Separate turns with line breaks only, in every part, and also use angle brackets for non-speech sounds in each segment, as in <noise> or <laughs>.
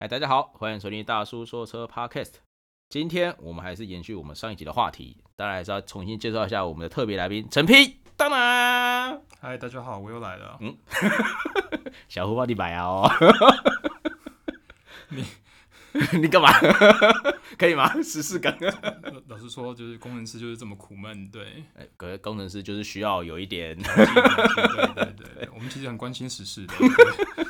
哎，大家好，欢迎收听大叔说车 Podcast。今天我们还是延续我们上一集的话题，当然还是要重新介绍一下我们的特别来宾陈皮。当然，
嗨，大家好，我又来了。
嗯小胡帮你买啊哦。 <laughs> 你你干嘛？可以吗？十四更。
老呃老实说，就是工程师就是这么苦闷，
<laughs>
对，
哎各位工程师就是需要有一 <laughs> 点，
对对对
<laughs>
对，我们其实很关心时事的，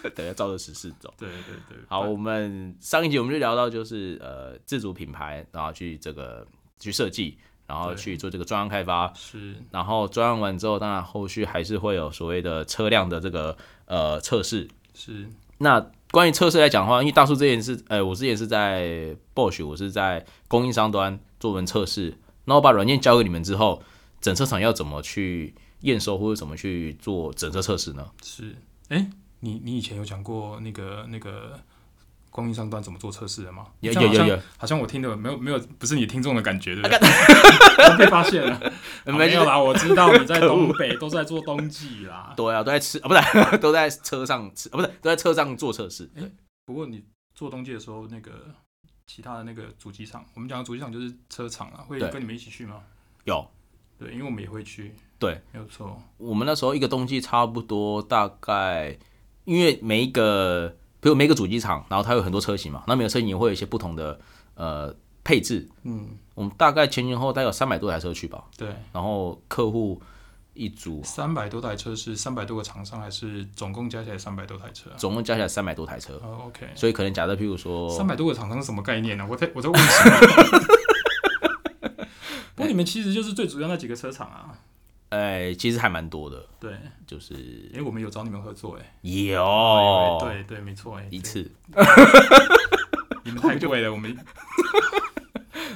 对
等下照着十四走。
对对对。
好，我们上一集我们就聊到就是呃自主品牌，然后去这个去设计，然后
对
去做这个专案开发，
是
然后专案完之后，当然后续还是会有所谓的车辆的这个呃测试。
是
那关于测试来讲的话，因为大叔之前是呃我之前是在 Bosch，我是在供应商端做文测试，然后把软件交给你们之后，整车厂要怎么去验收或者怎么去做整车测试呢？
是，哎，你你以前有讲过那个那个供应商端怎么做测试的吗？
有
这样
有有啊
好像
有，
好像我听的没有没有，不是你听众的感觉，对不对？我 <laughs> 被发
<laughs>
现了，啊
没
没有啦，我知道你在东北都在做冬
<laughs>
季啦。
对啊，都在吃啊，不是都在车上吃啊，不是都在车上做测试。对
不过你做冬季的时候，那个其他的那个主机厂，我们讲的主机厂就是车厂啊，会
对
跟你们一起去吗？
有
对，因为我们也会去。
对，
没有错。
我们那时候一个冬季差不多大概，因为每一个，比如每一个主机厂，然后它有很多车型嘛，那每个车型也会有一些不同的呃配置。
嗯，
我们大概前前后后大概有三百多台车去吧，
对，
然后客户一组，
三百多台车是三百多个厂商，还是总共加起来三百多台车啊？
总共加起来三百多台车，
哦，OK、o
所以可能假设譬如
k
说
三，百多个厂商是什么概念呢、我在我在问什么？ <laughs> 不过你们其实就是最主要那几个车厂啊。
哎，其实还蛮多的，
对，
就是
哎、我们有找你们合作哎、
有、
对对，没错哎、
哦一次，
对，你们太贵了，
<laughs>
我们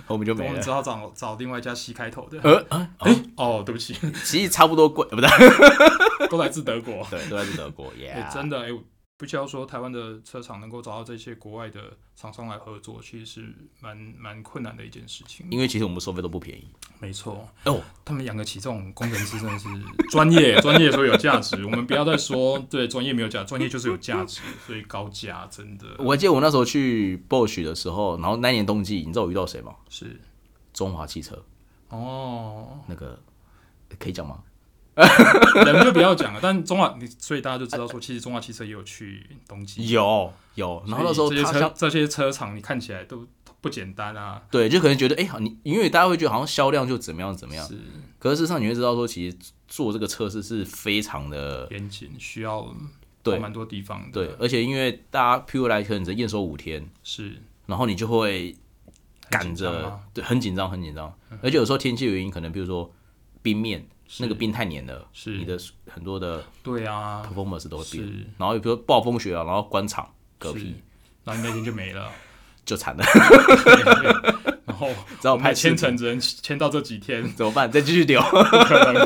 后面就
我
没
们
了。
只好找找另外一家 C 开头的。
呃，啊
哎、哦，对不起， <laughs>
其实差不多贵，呃不对，
都来自德国。
对，都来自德国耶。
哎、真的哎、我不需要说台湾的车厂能够找到这些国外的厂商来合作，其实是蛮蛮困难的一件事情。
<laughs> 因为其实我们收费都不便宜。
没错，
哦，
他们养得起这种工程师真的是专业，专业说有价值。我们不要再说对专业没有价，专业就是有价值，所以高价真的
我还记得我那时候去 Bosch 的时候，然后那一年冬季，你知道我遇到谁吗？
是
中华汽车
哦，
那个可以讲吗？
人就不要讲了。但中华，你所以大家就知道说，其实中华汽车也有去冬季，
有有，嗯然后那时候
所以这
他
些车
像
这些车厂，你看起来都不简单啊，
对，就可能觉得哎、好你因为大家会觉得好像销量就怎么样怎么样，
是
可是事实上你会知道说，其实做这个测试是非常的
严谨，需要
对
跑蛮多地方的，
对，而且因为大家譬如来可能只验收五天，
是
然后你就会赶
很紧张
着
吗嗯
对很紧张很紧张，而且有时候天气原因，可能比如说冰面那个冰太黏了，
是
你的很多的
对啊，
performance 都会变。
是
然后比如说暴风雪啊，然后关厂嗝屁
是，然后你那天就没
<laughs>
了。
就惨了，
然后
只好
我们
拍
的
千
签
层，
程只能签到这几天，
怎么办？再 <laughs> 继
<laughs>
续丢。
不可能。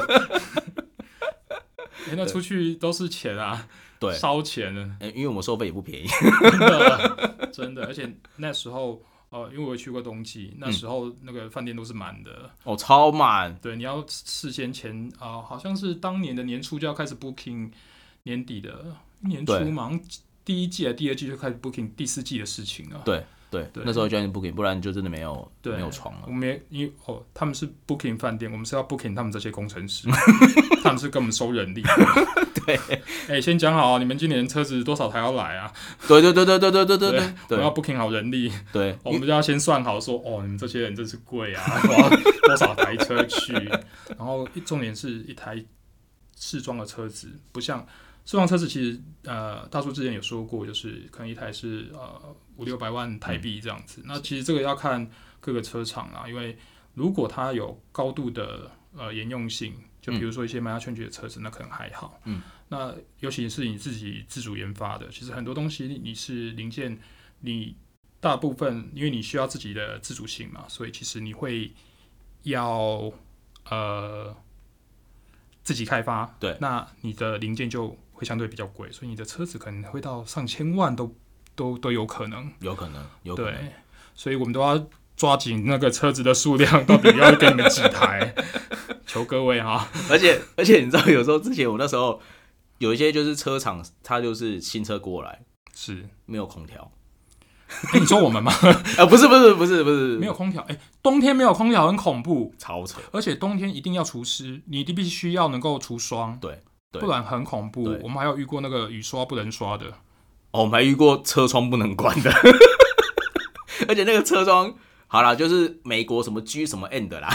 哎那出去都是钱啊，
对
烧钱了，
呃因为我们收费也不便宜， <laughs>
真的，真的。而且那时候，呃，因为我有去过冬季，
嗯
那时候那个饭店都是满的。
哦，超满，
对，你要事先前啊、呃好像是当年的年初就要开始 booking 年底的年初
对
嘛，好像第一季啊、第二季就开始 booking 第四季的事情啊了。
对对，
对
那时候教练不给，不然就真的没有
对
没有床了
我。们也因为哦，他们是 booking 饭店，我们是要 booking 他们这些工
<laughs>
程师，他们是跟我们收人力。对，哎、先讲好啊，你们今年车子多少台要来啊？
对对对对对对对对对
我们要
对
booking 好人力，
对，
我
因
们就要先算好说，哦，你们这些人真是
<laughs>
贵啊，我要多少台车去？然后一重点是一台试装的车子，不像试装车子，其实呃，大叔之前有说过，就是可能一台是呃五六百万台币这样子。那其实这个要看各个车厂啦，因为如果它有高度的呃沿用性，就比如说一些卖家圈举的车子，那可能还好。
嗯，
那尤其是你自己自主研发的，其实很多东西你是零件，你大部分因为你需要自己的自主性嘛，所以其实你会要呃自己开发，
对
那你的零件就会相对比较贵，所以你的车子可能会到上千万都都都有可能，
有可能有可能，
对，所以我们都要抓紧那个车子的数
<laughs>
量，到底要给你们几台，求各位啊哈，
<laughs> 而且而且你知道，有时候之前我那时候有一些就是车厂，它就是新车过来
是 <laughs>
没有空调，
哎你说我们吗？
呃，不是不是不是不是，
没有空调，哎、冬天没有空调很恐怖，
超扯，
而且冬天一定要除湿，你一定必须要能够除霜，
对对
不然很恐怖
对。
我们还有遇过那个雨刷不能刷的，
哦，我们还遇过车窗不能关的， <laughs> 而且那个车窗，好啦，就是美国什么 G 什么 N 的啦，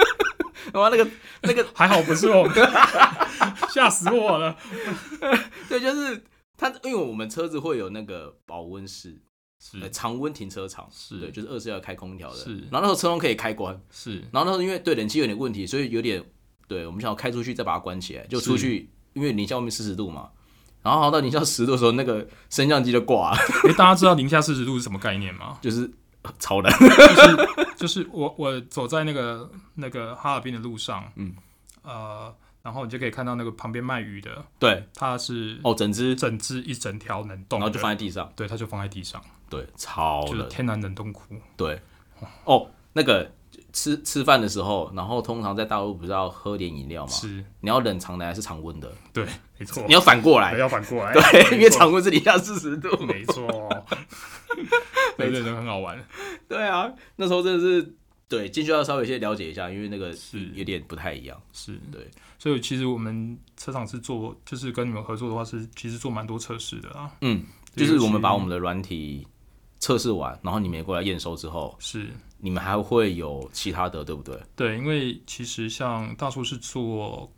<laughs> 哇，那个那个，
还好不是我们， <laughs> 吓死我了。
对，就是它，因为我们车子会有那个保温室，呃
是
常温停车场，
是
对，就是二十四小时开空调的，
是
然后那时候车窗可以开关，
是，
然后那时候因为对冷气有点问题，所以有点，对我们想要开出去再把它关起来，就是出去，因为零下外面四十度嘛。然后好像到零下十度的时候，那个升降机就挂了， <laughs>
哎、大家知道零下四十度是什么概念吗？
就是超冷。
就是我我走在那个那个哈尔滨的路上，
嗯，
呃，然后你就可以看到那个旁边卖鱼的，
<laughs> 对，
它是
哦，整只，
整只一整条冷冻
然
的，
后就放在地上。
对，它就放在地上，
对，超
就是
冷。
天然冷冻库。
对，哦，那个吃吃饭的时候，然后通常在大陆不是要喝点饮料吗？
是，
你要冷藏的还是常温的？
对，没错
你，要反过来
对，要反过来，
<laughs> 对，因
没
为
错
常温是零下四十度。
<laughs> 没
<laughs>
错，对对对，很好玩，
对啊，那时候真的是对进去要稍微先了解一下，因为那个
是
有点不太一样。
是
对。
所以其实我们车厂是做，就是跟你们合作的话是，其实做蛮多测试的啊。
嗯，
对
就是我
尤
们
其
把我们的软体测试完，然后你们也过来验收之后，
是
你们还会有其他的，对不对？
对，因为其实像大叔是做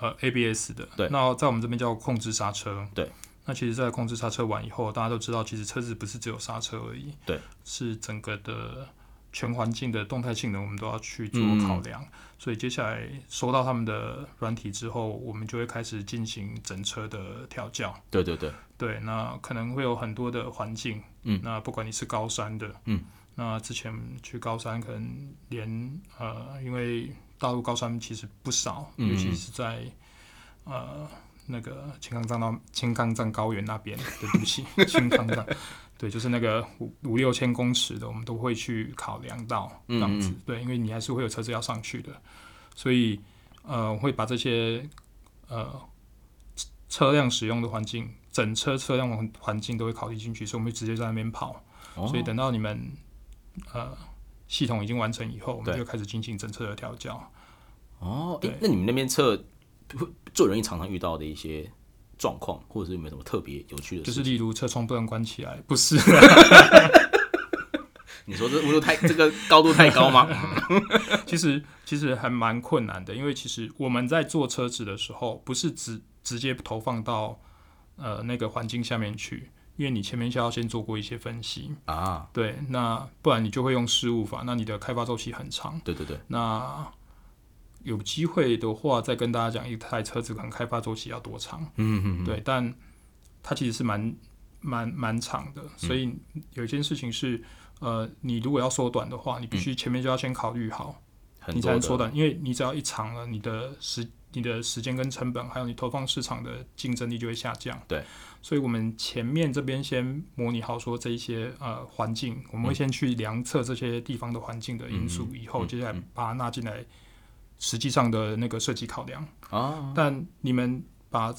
呃 ABS 的，
对
那在我们这边叫控制刹车，
对。
那其实，在控制刹车完以后，大家都知道，其实车子不是只有刹车而已，
对，
是整个的全环境的动态性能，我们都要去做
嗯
考量。所以接下来收到他们的软体之后，我们就会开始进行整车的调教。
对对对，
对，那可能会有很多的环境，
嗯
那不管你是高山的，
嗯，
那之前去高山可能连呃，因为大陆高山其实不少，
嗯
尤其是在呃那个青康藏到青康藏高原那边，对对不
<laughs>
起，青康藏，对，就是那个五五六千公尺的，我们都会去考量到这
嗯
样子，
嗯
对，因为你还是会有车子要上去的，所以呃，会把这些呃车辆使用的环境，整车车辆环环境都会考虑进去，所以我们就直接在那边跑。
哦
所以等到你们呃系统已经完成以后，我们
对
就开始进行整车的调教。
哦，诶
对
那你们那边测最容易常常遇到的一些状况，或者是有没有什么特别有趣的
就
事？
是例如车窗不能关起来，
<laughs>
不是，
你说这温度太 <laughs> 这个高度太高吗？
<laughs> 其实其实还蛮困难的，因为其实我们在做车子的时候，不是直直接投放到呃那个环境下面去，因为你前面需要先做过一些分析，
啊，
对，那不然你就会用事物法，那你的开发周期很长。
对对对，
那有机会的话，再跟大家讲一台车子可能开发周期要多长。
嗯嗯，
对，但它其实是蛮蛮蛮长
嗯
的，所以有一件事情是，呃，你如果要缩短的话，你必须前面就要先考虑好，
嗯很
你才
多
能缩
的，
短，因为你只要一长了，你的时你的时间跟成本，还有你投放市场的竞争力就会下降。
对，
所以我们前面这边先模拟好说这一些呃环境，我们会先去量测这些地方的环境的因
嗯
素，以后接下来把它纳进来实际上的那个设计考量。
啊，
但你们把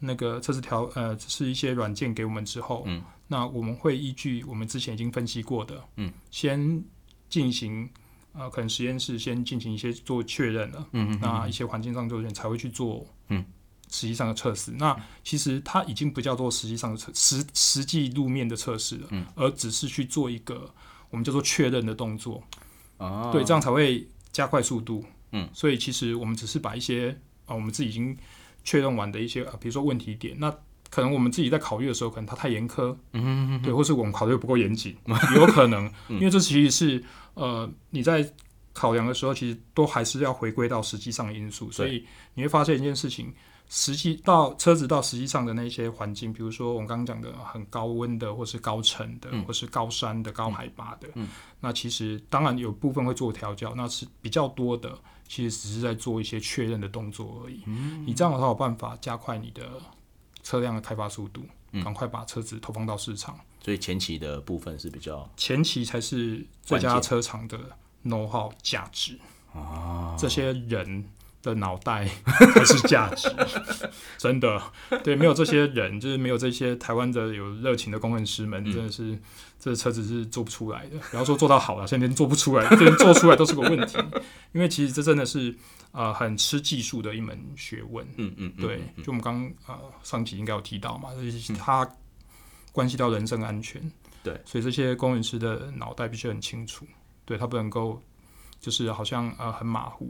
那个测试条呃，是一些软件给我们之后，
嗯，
那我们会依据我们之前已经分析过的，
嗯，
先进行呃，可能实验室先进行一些做确认了，
嗯嗯
那一些环境上做确认才会去做，
嗯。
实际上的测试，那其实它已经不叫做实际上的测实实际路面的测试了，
嗯、
而只是去做一个我们叫做确认的动作，
啊，
对，这样才会加快速度。
嗯，
所以其实我们只是把一些啊、呃我们自己已经确认完的一些啊、呃比如说问题点，那可能我们自己在考虑的时候，可能它太严苛，
嗯，嗯嗯
对，或是我们考虑得不够严
<laughs>
谨，有可能，
嗯
因为这其实是呃你在考量的时候，其实都还是要回归到实际上的因素，所以你会发现一件事情。实际到车子到实际上的那些环境，比如说我们刚刚讲的很高温的，或是高层
嗯
的，或是高山的、高海拔的，那其实当然有部分会做调教，那是比较多的，其实只是在做一些确认的动作而已。你这样才有办法加快你的车辆的开发速度，赶快把车子投放到市场。
所以前期的部分是比较
前期才是最佳车厂的 know how 价值，这些人的脑袋还是价值， <laughs> 真的，对，没有这些人，就是没有这些台湾的有热情的工程师们，
嗯
真的是这车子是做不出来的。不要说做到好了，现在连做不出来， <laughs> 连做出来都是个问题，因为其实这真的是呃很吃技术的一门学问。
嗯嗯，嗯
对，就我们刚呃上集应该有提到嘛，就是它关系到人身安全，
对，
所以这些工程师的脑袋必须很清楚，对他不能够就是好像呃很马虎，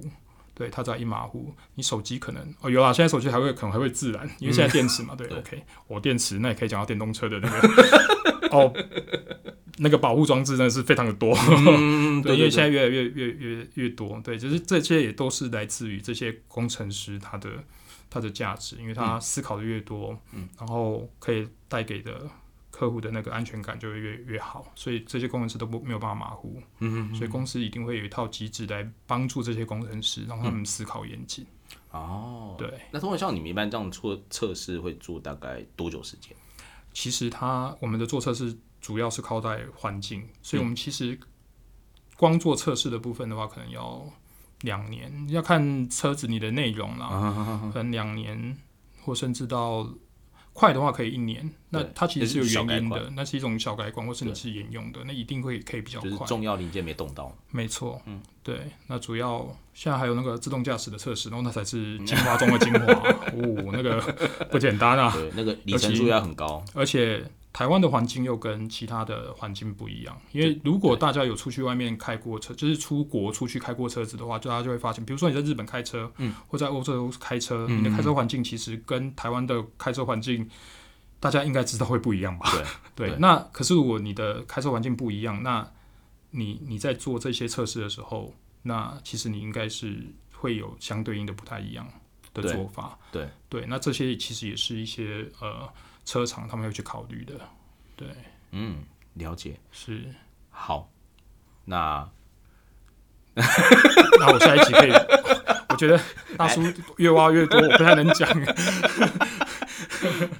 对他只要一马虎，你手机可能哦有啦，现在手机还会可能还会自燃，因为现在电池嘛，对
<laughs> 对
o k 我电池那也可以讲到电动车的那个 <laughs> 哦，那个保护装置真的是非常的多，
嗯，
对，
对，
因为现
在
在越来越越越越多，对，就是这些也都是来自于这些工程师他的他的价值，因为他思考的越多，
嗯，
然后可以带给的客户的那个安全感就会越越好，所以这些工程师都不没有办法马虎，
嗯，
所以公司一定会有一套机制来帮助这些工程师，让他们思考严谨。
哦，
对，
那通常像你们一般这样做测试会做大概多久时间？
其实它我们的做测试主要是靠在环境，
嗯
所以我们其实光做测试的部分的话，可能要两年，要看车子你的内容
<laughs>
啦，可能两年或甚至到快的话可以一年。那
对
它其实是有
那是小改
原因
款
的，那是一种小改款，或是你是沿用的，那一定会可以比较
就是
快。
重要零件没动到，
没错，嗯，对，那主要现在还有那个自动驾驶的测试，然后那才是
嗯
精华中的精
<laughs>
华，哦，那个不简单啊。
对，那个里程数要很高，
而且台湾的环境又跟其他的环境不一样，因为如果大家有出去外面开过车，就是出国出去开过车子的话，就大家就会发现，比如说你在日本开车，
嗯，
或在欧洲开车，
嗯
你的开车环境其实跟台湾的开车环境，大家应该知道会不一样吧？对，
对
那可是如果你的开车环境不一样，那你你在做这些测试的时候，那其实你应该是会有相对应的不太一样的
对
做法。
对
对，那这些其实也是一些呃车厂他们会去考虑的。对，
嗯，了解，
是。
<laughs> 好，那
那我下一集可以，我觉得大叔越挖越多，我不太能
<laughs>
讲。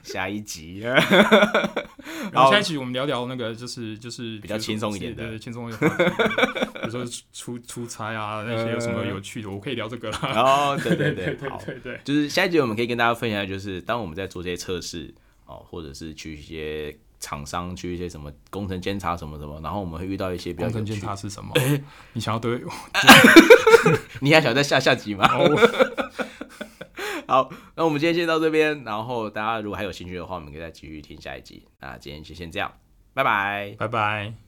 下一集，啊
然后下一集我们聊聊那个就是就是
比较轻松一点的
对轻松一点的话题，比
<laughs>
如说出出差啊那些有什么有趣的，我可以聊这个啦。
哦，对对
<laughs> 对
好，
对对，
就是下一集我们可以跟大家分享，就是当我们在做这些测试哦，或者是去一些厂商去一些什么工程监察什么什么，然后我们会遇到一些比较
工
有
程
趣
监。察是什么？你想要对我
你还想在下下集吗？
哦，
<laughs> 好，那我们今天先到这边，然后大家如果还有兴趣的话，我们可以再继续听下一集。那今天就先这样，拜拜。
拜拜。